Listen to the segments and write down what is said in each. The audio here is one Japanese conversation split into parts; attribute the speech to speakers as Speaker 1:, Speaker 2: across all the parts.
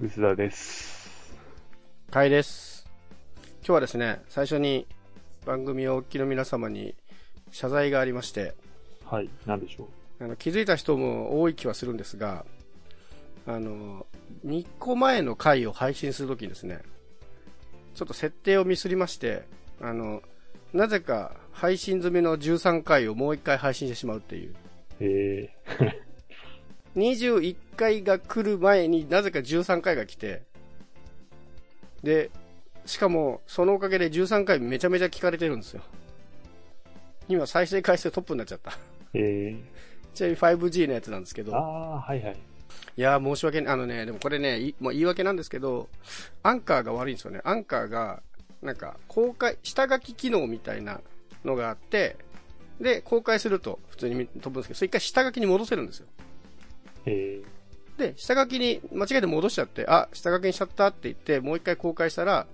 Speaker 1: 薄田です。
Speaker 2: かいです。今日はですね、最初に番組をお聞きの皆様に謝罪がありまして、
Speaker 1: はい、なんでしょう。
Speaker 2: あの気づいた人も多い気はするんですが、あの、2個前の回を配信するときにですね、ちょっと設定をミスりまして、あの、なぜか配信済みの13回をもう1回配信してしまうっていう。
Speaker 1: え
Speaker 2: 21回が来る前になぜか13回が来て、で、しかもそのおかげで13回めちゃめちゃ聞かれてるんですよ。今再生回数トップになっちゃった。
Speaker 1: ー、え
Speaker 2: ちなみに 5G のやつなんですけど
Speaker 1: ー、。あー、はいはい。
Speaker 2: いやー、申し訳ない。あのね、でもこれね、いもう言い訳なんですけど、アンカーが悪いんですよね。アンカーが、なんか、公開、下書き機能みたいなのがあって、で、公開すると普通に飛ぶんですけど、それ一回下書きに戻せるんですよ。
Speaker 1: え
Speaker 2: で、下書きに間違えて戻しちゃって、あ、下書きにしちゃったって言って、もう一回公開したら、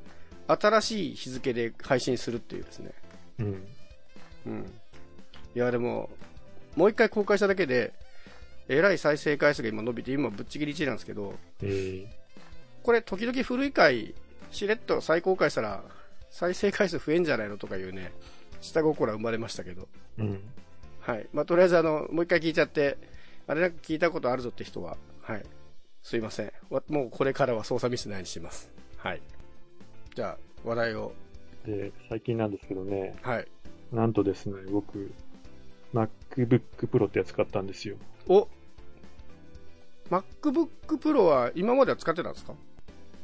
Speaker 2: 新しい日付で配信するっていうですね。
Speaker 1: ー、うん。
Speaker 2: うん。いや、でも、もう一回公開しただけで、えらい再生回数が今伸びて、今ぶっちぎり1位なんですけど、
Speaker 1: えー、
Speaker 2: これ時々古い回、しれっと再公開したら、再生回数増えんじゃないのとかいうね、下心は生まれましたけど。
Speaker 1: うん。
Speaker 2: はい。まあ、とりあえずあの、もう一回聞いちゃって、あれなんか聞いたことあるぞって人は、はい。すいません。わもうこれからは操作ミスないようにします。はい。じゃあ、話題を。
Speaker 1: で、最近なんですけどね、
Speaker 2: はい。
Speaker 1: なんとですね、僕、MacBook Pro ってやつ買ったんですよ。
Speaker 2: お !MacBook Pro は今までは使ってたんですか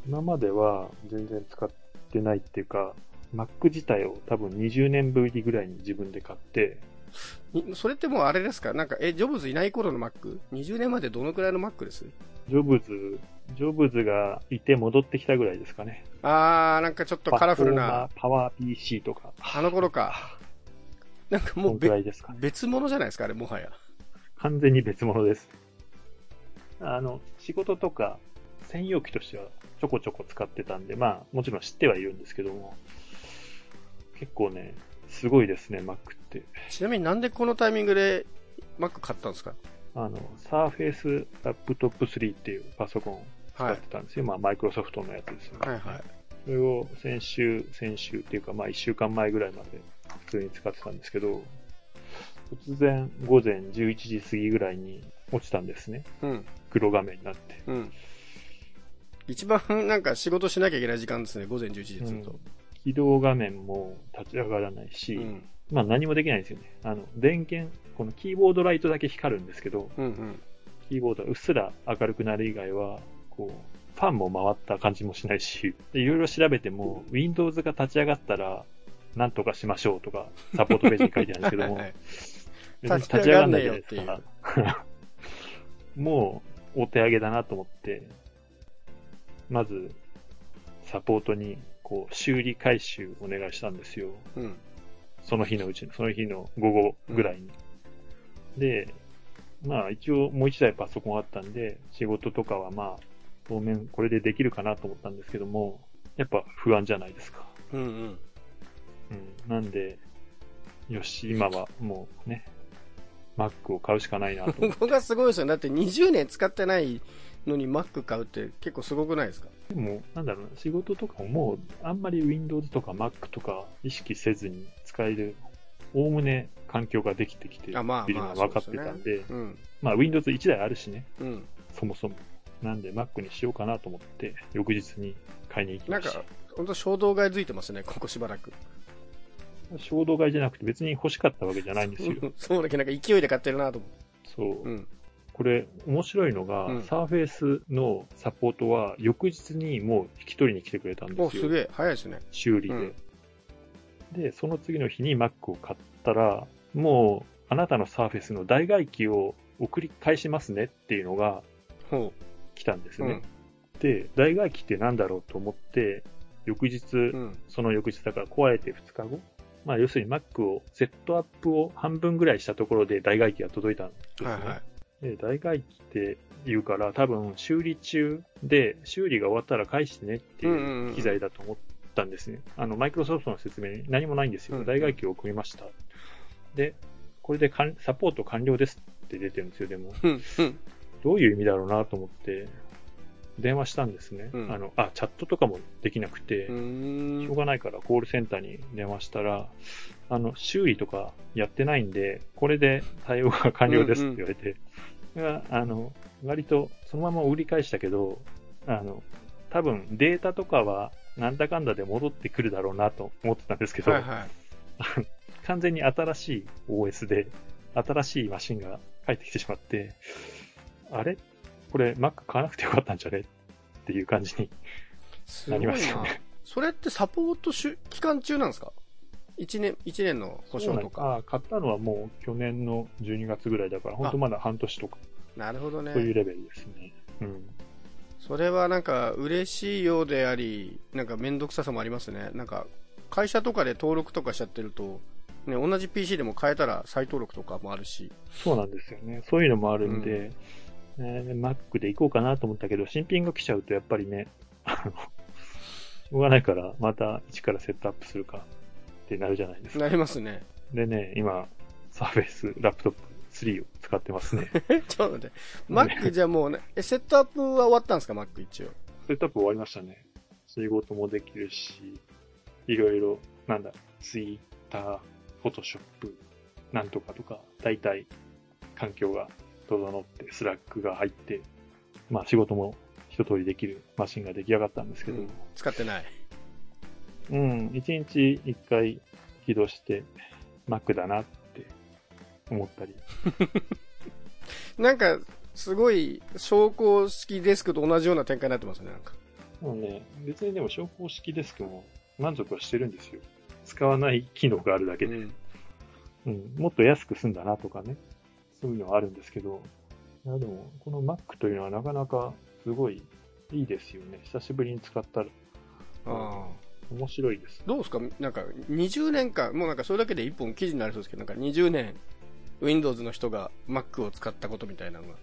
Speaker 1: 今までは全然使ってないっていうか、Mac 自体を多分20年ぶりぐらいに自分で買って、
Speaker 2: にそれってもうあれですかなんか、え、ジョブズいない頃の Mac?20 年までどのくらいの Mac です
Speaker 1: ジョブズ、ジョブズがいて戻ってきたぐらいですかね。
Speaker 2: あー、なんかちょっとカラフルな、
Speaker 1: パフォーマー。パワー PC とか、
Speaker 2: あの頃か。なんかも
Speaker 1: そん
Speaker 2: う
Speaker 1: く
Speaker 2: べ
Speaker 1: らいですかね。
Speaker 2: 別物じゃないですか、あれ、もはや。
Speaker 1: 完全に別物です。あの、仕事とか専用機としてはちょこちょこ使ってたんで、まあもちろん知ってはいるんですけども、結構ね、すごいですね、Mac って。
Speaker 2: ちなみになんでこのタイミングで Mac 買ったんですか
Speaker 1: あの、Surface Laptop 3っていうパソコンを使
Speaker 2: は
Speaker 1: っ
Speaker 2: い
Speaker 1: て。たんですよ。まあマイクロソフトのやつですよね。
Speaker 2: はいはい。
Speaker 1: それを先週、先週っていうかまあ1週間前ぐらいまで普通に使ってたんですけど、突然午前11時過ぎぐらいに落ちたんですね。
Speaker 2: うん、
Speaker 1: 黒画面になって。
Speaker 2: うん。一番なんか仕事しなきゃいけない時間ですね、午前11時ずっ
Speaker 1: う
Speaker 2: と
Speaker 1: ん。起動画面も立ち上がらないし、
Speaker 2: うん。
Speaker 1: まあ何もできないんですよね。あの、電源、このキーボードライトだけ光るんですけど、
Speaker 2: うんうん。
Speaker 1: キーボードはうっすら明るくなる以外は、こう、ファンも回った感じもしないし、でいろいろ調べても、Windows が立ち上がったら、なんとかしましょうとか、サポートページに書いてあるんですけども
Speaker 2: はいは、い
Speaker 1: 別に
Speaker 2: 立ち上がんないよってい
Speaker 1: 立ち
Speaker 2: う
Speaker 1: 上がんないじゃないですかもう、お手上げだなと思って、まず、サポートに、こう、修理回収お願いしたんですよ。
Speaker 2: うん。
Speaker 1: その日のうちの、その日の午後ぐらいに。で、まあ一応もう一台パソコンあったんで、仕事とかはまあ、当面これでできるかなと思ったんですけども、やっぱ不安じゃないですか。
Speaker 2: うんうん。
Speaker 1: うん。なんで、よし、今はもうね、Mac を買うしかないなと 思って。
Speaker 2: ここがすごいですよね。だって20年使ってないのに Mac 買うって結構すごくないですか
Speaker 1: でも、なんだろうな、仕事とかももう、あんまり Windows とか Mac とか意識せずに使える、おおむね環境ができてきている
Speaker 2: あ
Speaker 1: の
Speaker 2: まあまあ
Speaker 1: が分かってたんで、
Speaker 2: うん。
Speaker 1: まあ Windows1 台あるしね、
Speaker 2: うん。
Speaker 1: そもそも。なんで Mac にしようかなと思って、翌日に買いに行き
Speaker 2: な
Speaker 1: ま
Speaker 2: ん
Speaker 1: した
Speaker 2: か。、ほんと衝動買いづいてますね、ここしばらく。
Speaker 1: 衝動買いじゃなくて別に欲しかったわけじゃないんですよ。
Speaker 2: そうだけどなんか勢いで買ってるなと思
Speaker 1: そう
Speaker 2: う。う。ん。
Speaker 1: これ、面白いのが、
Speaker 2: うん
Speaker 1: Surface のサポートは翌日にもう引き取りに来てくれたんです
Speaker 2: お、す
Speaker 1: よ。
Speaker 2: げえ。早いですね。
Speaker 1: 修理で、
Speaker 2: うん
Speaker 1: で、その次の日に Mac を買ったら、もうあなたの Surface の代替機を送り返しますねっていうのが
Speaker 2: ほ
Speaker 1: 来たんです
Speaker 2: う。
Speaker 1: ね。で、代替機ってなんだろうと思って、翌日、
Speaker 2: うん。うん。
Speaker 1: その翌日だから壊れて2日後、まあ、要するに Mac をセットアップを半分ぐらいしたところで代替機が届いたんですね。
Speaker 2: はいはい。
Speaker 1: で代替機って言うから多分修理中で修理が終わったら返してねって
Speaker 2: うんうん
Speaker 1: い
Speaker 2: うん
Speaker 1: う機材だと思ったんですね。あのマイクロソフトの説明に何もないんですよ。
Speaker 2: うん
Speaker 1: 代替機を送りました。で、これで完サポート完了ですって出てるんですよ。でも
Speaker 2: うん。うん。
Speaker 1: どういう意味だろうなと思って、電話したんですね。
Speaker 2: うん
Speaker 1: あの、あ、チャットとかもできなくて、
Speaker 2: う
Speaker 1: し
Speaker 2: ー。
Speaker 1: ょうんがないからコールセンターに電話したら、あの、修理とかやってないんで、これで対応が完了ですって言われて、があの、割とそのまま売り返したけど、あの、多分データとかはなんだかんだで戻ってくるだろうなと思ってたんですけど、
Speaker 2: はいはい。
Speaker 1: 完全に新しい OS で、新しいマシンが入ってきてしまって、あれこれ Mac 買わなくてよかったんじゃねっていう感じに。
Speaker 2: すごい
Speaker 1: なり
Speaker 2: な
Speaker 1: ますよ。
Speaker 2: それってサポートしゅ期間中なんですか一年、一年の保証とか。
Speaker 1: あ買ったのはもう去年の12月ぐらいだから、本当まだ半年とか、
Speaker 2: なるほどね。
Speaker 1: そういうレベルですね。うん。
Speaker 2: それはなんか嬉しいようであり、なんか面倒くささもありますね。なんか会社とかで登録とかしちゃってると、ね、同じ PC でも変えたら再登録とかもあるし。
Speaker 1: そうなんですよね。そういうのもあるんで、えー Mac で行こうかなと思ったけど、新品が来ちゃうとやっぱりね、あの、しょうがないから、また一からセットアップするかってなるじゃないですか。
Speaker 2: なりますね。
Speaker 1: でね、今、サーフェイスラップトップ3を使ってますね。
Speaker 2: え ちょっと待って。Mac じゃあもうね、え、セットアップは終わったんですか ?Mac 一応。
Speaker 1: セットアップ終わりましたね。仕事もできるし、いろいろ、なんだ、ツイッター、フォトショップ、なんとかとか、大体、環境が整って、スラックが入って、まあ仕事も一通りできるマシンが出来上がったんですけど、
Speaker 2: うん使ってない。
Speaker 1: うん、一日一回起動して、Mac だなって思ったり、
Speaker 2: なんか、すごい、昇降式デスクと同じような展開になってますね、なんか。
Speaker 1: もうね、別にでも昇降式デスクも満足はしてるんですよ。使わない機能があるだけで。
Speaker 2: うん
Speaker 1: うん、もっと安く済んだなとかね。そういうのはあるんですけど。いや、でも、この Mac というのはなかなかすごいいいですよね。久しぶりに使ったら
Speaker 2: ああ
Speaker 1: 面白いです。
Speaker 2: どうですかなんか、20年間、もうなんかそれだけで一本記事になりそうですけど、なんか20年、Windows の人が Mac を使ったことみたいなのが。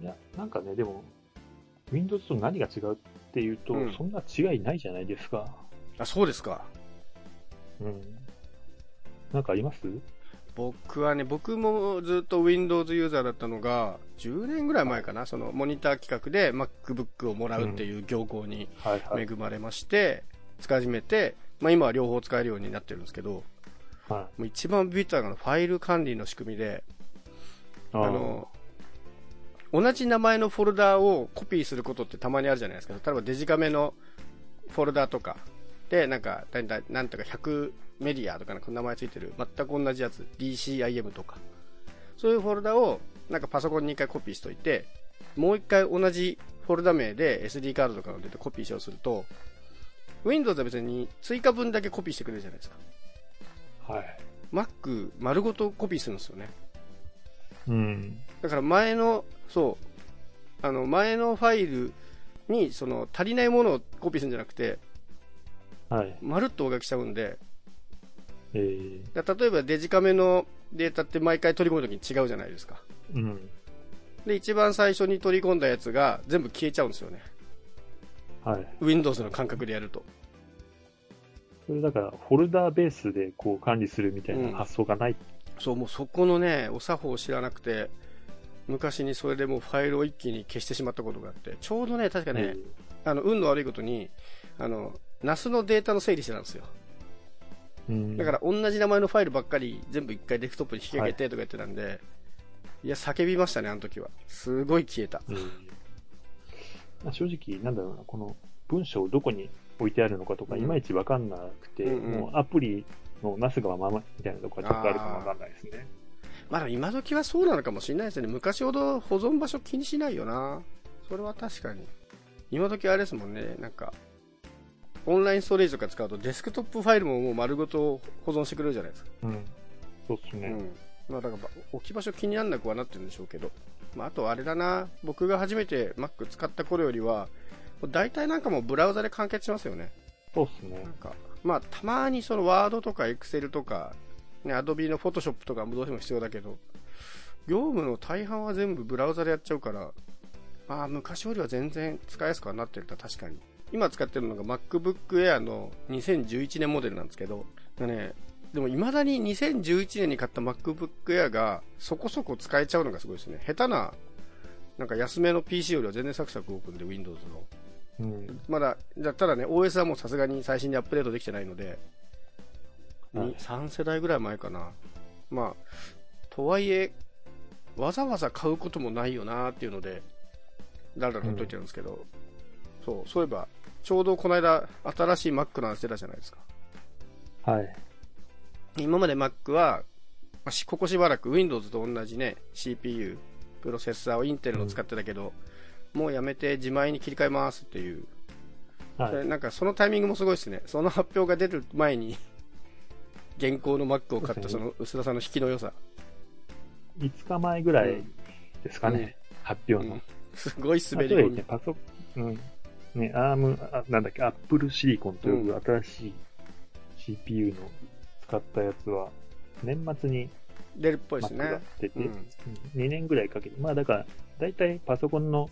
Speaker 1: いや、なんかね、でも、Windows と何が違うっていうと、
Speaker 2: うん
Speaker 1: そんな違いないじゃないですか。
Speaker 2: あ、そうですか。
Speaker 1: うん。なんかあります
Speaker 2: 僕はね、僕もずっと Windows ユーザーだったのが、10年ぐらい前かな、そのモニター企画で MacBook をもらうっていう業行に
Speaker 1: はいは
Speaker 2: 恵
Speaker 1: い。
Speaker 2: まれまして、使い始めて、まあ今は両方使えるようになってるんですけど、
Speaker 1: はい、
Speaker 2: もう一番ビビったのがファイル管理の仕組みで、
Speaker 1: あ
Speaker 2: あの、同じ名前のフォルダーをコピーすることってたまにあるじゃないですか。例えばデジカメのフォルダーとかで、なんか、だいたい、なんとか100メディアとかなんか名前ついてる、全く同じやつ、DCIM とか。そういうフォルダを、なんかパソコンに一回コピーしといて、もう一回同じフォルダ名で SD カードとかを出てコピーしようとすると、Windows は別に追加分だけコピーしてくれるじゃないですか。
Speaker 1: はい。
Speaker 2: Mac 丸ごとコピーするんですよね。
Speaker 1: うん。
Speaker 2: だから前の、そう、あの、前のファイルに、その、足りないものをコピーするんじゃなくて、
Speaker 1: はい。
Speaker 2: まるっと大書きしちゃうんで、
Speaker 1: えー、
Speaker 2: だ例えばデジカメのデータって毎回取り込むときに違うじゃないですか。
Speaker 1: うん。
Speaker 2: で、一番最初に取り込んだやつが全部消えちゃうんですよね。
Speaker 1: はい。
Speaker 2: Windows の感覚でやると。
Speaker 1: それだから、フォルダーベースでこう管理するみたい
Speaker 2: うん
Speaker 1: な発想がない。
Speaker 2: そう、もうそこのね、お作法を知らなくて、昔にそれでもうファイルを一気に消してしまったことがあって、ちょうどね、確かね、あの、運の悪いことに、あの、NAS のデータの整理してたんですよ。
Speaker 1: うん
Speaker 2: だから同じ名前のファイルばっかり全部一回デスクトップに引き上げてとかやってたんで、い、や、叫びましたね、あの時は。すごい消えた。
Speaker 1: えーまあ、正直、なんだろうな、この文章をどこに置いてあるのかとか、
Speaker 2: うん
Speaker 1: いまいちわかんなくて、
Speaker 2: うんうん
Speaker 1: もうアプリのなすがままみたいなところがちょっとあるかもわかんないですね。
Speaker 2: まだ今時はそうなのかもしれないですね。昔ほど保存場所気にしないよな。それは確かに。今時あれですもんね、なんか、オンラインストレージとか使うとデスクトップファイルももう丸ごと保存してくれるじゃないですか。
Speaker 1: うん。そうっすね。
Speaker 2: うん。まあだから置き場所気にならなくはなってるんでしょうけど。まああとあれだな、僕が初めて Mac 使った頃よりは、もう大体なんかもうブラウザで完結しますよね。
Speaker 1: そうっすね
Speaker 2: なん。か、まあ、たまにそのワードとかエクセルとか、ね、アドビのフォトショップとかもどうしても必要だけど、業務の大半は全部ブラウザでやっちゃうから、まあ、昔よりは全然使いやすくはなってると確かに。今使ってるのが MacBook Air の2011年モデルなんですけど、だね、でも未だに2011年に買った MacBook Air がそこそこ使えちゃうのがすごいですね。下手ななんか安めの PC よりは全然サクサク動くんで、Windows の。
Speaker 1: うん。
Speaker 2: まだ、じゃただね、OS はもうさすがに最新でアップデートできてないので、
Speaker 1: はい
Speaker 2: に3世代ぐらい前かな。まあ、とはいえ、わざわざ買うこともないよなーっていうので、だらだらほっといてるんですけど、そう、そういえば、ちょうどこの間、新しい Mac の話出たじゃないですか。
Speaker 1: はい。
Speaker 2: 今まで Mac は、まあしここしばらく Windows と同じね、CPU、プロセッサーをインテルの使ってたけど、もうやめて自前に切り替えますっていうそ
Speaker 1: は
Speaker 2: れ
Speaker 1: い。
Speaker 2: なんかそのタイミングもすごいですね、その発表が出る前に 現行の Mac を買っ
Speaker 1: そ
Speaker 2: たそう
Speaker 1: で
Speaker 2: の薄田さんの引きの良さ、
Speaker 1: 5日前ぐらいですかね、発表の。
Speaker 2: すごい滑
Speaker 1: 例
Speaker 2: り
Speaker 1: え
Speaker 2: 込
Speaker 1: ば
Speaker 2: み
Speaker 1: ね、パソコン、うん。ね、アーム、あなんだっけ、アップルシリコンと呼ぶ新しい CPU の使ったやつは、年末に
Speaker 2: 出るっぽいです
Speaker 1: マックが
Speaker 2: ね、
Speaker 1: 出て、
Speaker 2: う
Speaker 1: うんん2年ぐらいかけて、まあだから、大体パソコンの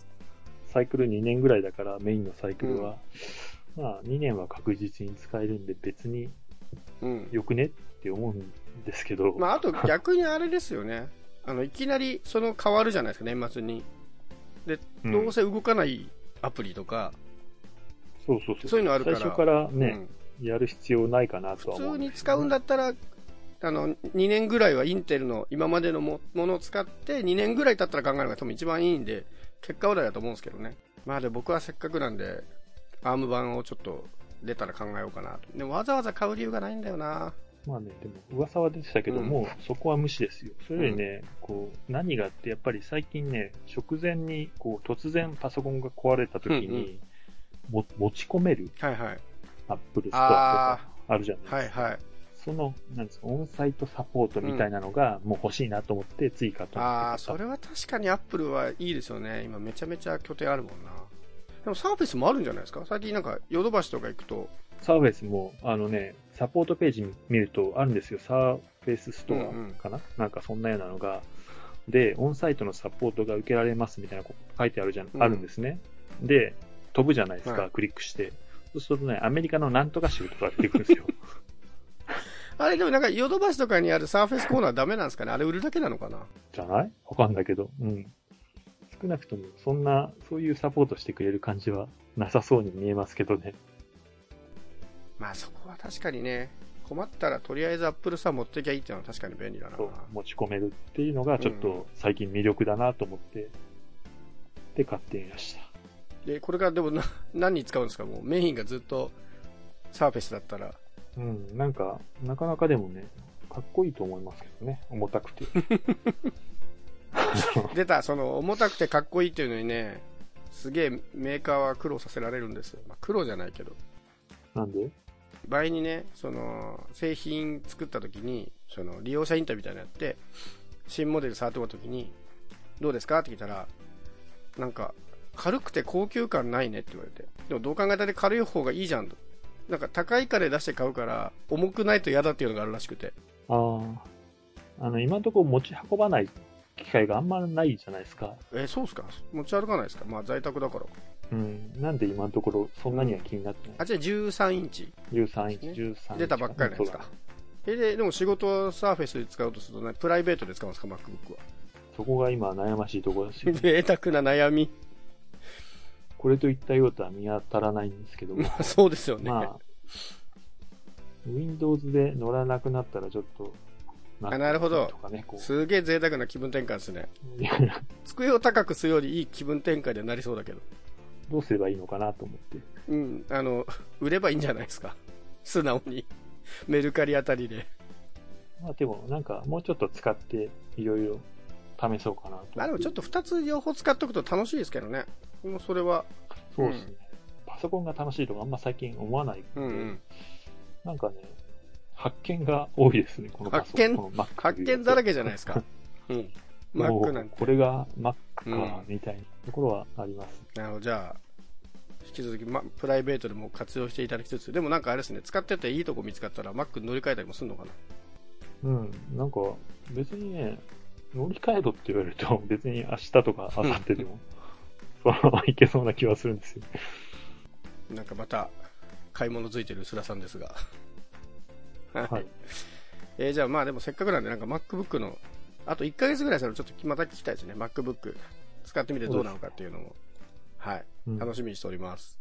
Speaker 1: サイクル2年ぐらいだから、メインのサイクルは、まあ2年は確実に使えるんで、別に
Speaker 2: うん
Speaker 1: よくねって思うんですけど、
Speaker 2: まあ、あと逆にあれですよね、あのいきなりその変わるじゃないですか、年末に、
Speaker 1: ん
Speaker 2: どうせ動かないアプリとか、
Speaker 1: そうそうそう
Speaker 2: そういうのあるから
Speaker 1: 最初から
Speaker 2: う
Speaker 1: ね、
Speaker 2: ん
Speaker 1: やる必要ないかなとは思
Speaker 2: 普
Speaker 1: う
Speaker 2: 通
Speaker 1: んで
Speaker 2: に
Speaker 1: すけ
Speaker 2: 使
Speaker 1: ど
Speaker 2: うんだったら、あの2年ぐらいはインテルの今までのもものを使って、2年ぐらい経ったら考えるのが多分一番いいんで、結果オーライだと思うんですけどね。まあで僕はせっかくなんで、アーム版をちょっと出たら考えようかなと。でもわざわざ買う理由がないんだよな。
Speaker 1: まあね、でも噂は出てたけど、
Speaker 2: うん
Speaker 1: もうそこは無視ですよ。それよりね、こう、何があって、やっぱり最近ね、直前に、こう、突然パソコンが壊れた時に、
Speaker 2: うんうん
Speaker 1: も持ち込める
Speaker 2: はいはい。
Speaker 1: アップルスト
Speaker 2: あ
Speaker 1: アとかあるじゃないですか。
Speaker 2: はいはい。
Speaker 1: その、なんですか、オンサイトサポートみたいなのが、もう欲しいなと思って、追加と思って
Speaker 2: ああ、それは確かにアップルはいいですよね。今めちゃめちゃ拠点あるもんな。でもサーフェスもあるんじゃないですか最近なんかヨドバシとか行くと、
Speaker 1: サーフェイスも、あのね、サポートページ見るとあるんですよ。サーフェイスストアかな、なんかそんなようなのが。で、オンサイトのサポートが受けられますみたいなこと書いてあるじゃん、
Speaker 2: うん
Speaker 1: あるんですね。で、飛ぶじゃないですか、
Speaker 2: はい
Speaker 1: クリックして。そうするとね、アメリカのなんとか州とか出てくるんですよ。
Speaker 2: あれでもなんかヨドバシとかにあるサーフェスコーナーはダメなんですかねあれ売るだけなのかな
Speaker 1: じゃないわかんないけど。うん。少なくとも、そんな、そういうサポートしてくれる感じはなさそうに見えますけどね。
Speaker 2: まあそこは確かにね、困ったらとりあえずアップルさ持ってきゃいいっていうのは確かに便利だな。
Speaker 1: そう持ち込めるっていうのがちょっと最近魅力だなと思って、で買ってみました
Speaker 2: で、これからでもな何に使うんですかもうメインがずっとサーフェスだったら。
Speaker 1: うんなんかなかなかでもねかっこいいと思いますけどね重た くて
Speaker 2: 出た、その重たくてかっこいいっていうのにね、すげえメーカーは苦労させられるんですよ。まあ、苦労じゃないけど。
Speaker 1: なんで
Speaker 2: 倍にね、その、製品作った時に、その、利用者インタビューみたいなのやって、新モデル触ってもらった時に、どうですかって聞いたら、なんか、軽くて高級感ないねって言われて。でもどう考えたって軽い方がいいじゃんと。なんか高い金出して買うから、重くないと嫌だっていうのがあるらしくて。
Speaker 1: あああの今のところ持ち運ばない機会があんまないじゃないですか
Speaker 2: え、そうっすか持ち歩かないですかまあ在宅だから。
Speaker 1: うんなんで今のところそんなには気になってな
Speaker 2: あ、
Speaker 1: い、
Speaker 2: じゃあ13インチ。
Speaker 1: 13インチ13インチ
Speaker 2: 出たばっかりなんですか
Speaker 1: そうだ
Speaker 2: え、で、でも仕事はサーフェスで使うとするとね、プライベートで使うんですか ?MacBook は。
Speaker 1: そこが今悩ましいところですよね
Speaker 2: 贅沢な悩み。
Speaker 1: これといったようとは見当たらないんですけども
Speaker 2: まあそうですよね。
Speaker 1: まあ、Windows で乗らなくなったらちょっと、
Speaker 2: あなるほど
Speaker 1: とかね、こう。
Speaker 2: すげえ贅沢な気分転換ですね。机を高くするよりいい気分転換にはなりそうだけど。
Speaker 1: どうすればいいのかなと思って。
Speaker 2: うん、あの、売ればいいんじゃないですか。素直に。メルカリあたりで。
Speaker 1: まあでも、なんか、もうちょっと使って、いろいろ試そうかなと。
Speaker 2: まあでもちょっ
Speaker 1: と。
Speaker 2: と2つ両方使っとくと楽しいですけどね。もうそれは。
Speaker 1: そうですね。パソコンが楽しいとかあんま最近思わないんで、
Speaker 2: うんうん。
Speaker 1: なんかね、発見が多いですね、このパソコン
Speaker 2: 発見
Speaker 1: この Mac
Speaker 2: 発見だらけじゃないですか。うん。マ
Speaker 1: もう
Speaker 2: ックなんて。
Speaker 1: これが Mac
Speaker 2: うん
Speaker 1: か、みたいなところはあります。
Speaker 2: なるほど、じゃあ、引き続き、ま、プライベートでも活用していただきつつ、でもなんかあれですね、使ってていいとこ見つかったら、マックに乗り換えたりもするのかな。
Speaker 1: うん、なんか別にね、乗り換えろって言われると、 別に明日とか明後日でも、そのままいけそうな気はするんですよ。
Speaker 2: なんかまた、買い物ついてる薄田さんですが。
Speaker 1: は
Speaker 2: はいい。。えーじゃあまあでもせっかくなんで、なんか MacBook の、あと1ヶ月ぐらいしたらちょっとまた聞きたいですね、MacBook。使ってみてどうなのかっていうのも、はい、
Speaker 1: うん
Speaker 2: 楽しみにしております。